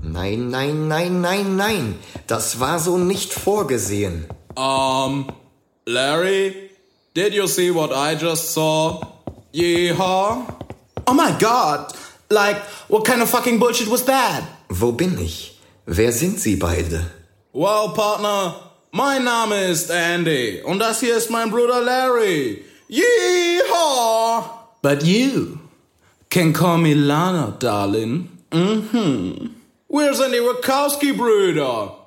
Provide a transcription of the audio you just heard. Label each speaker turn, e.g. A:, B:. A: Nein, nein, nein, nein, nein. Das war so nicht vorgesehen.
B: Um, Larry, did you see what I just saw? Yeehaw?
C: Oh my god! Like, what kind of fucking bullshit was that?
A: Wo bin ich? Wer sind Sie beide?
B: Well, Partner, mein Name ist Andy und das hier ist mein Bruder Larry. Yeehaw! But you can call
C: Mm-hmm.
B: me Lana, darling. Mhm. We're sind die Wachowski-Brüder?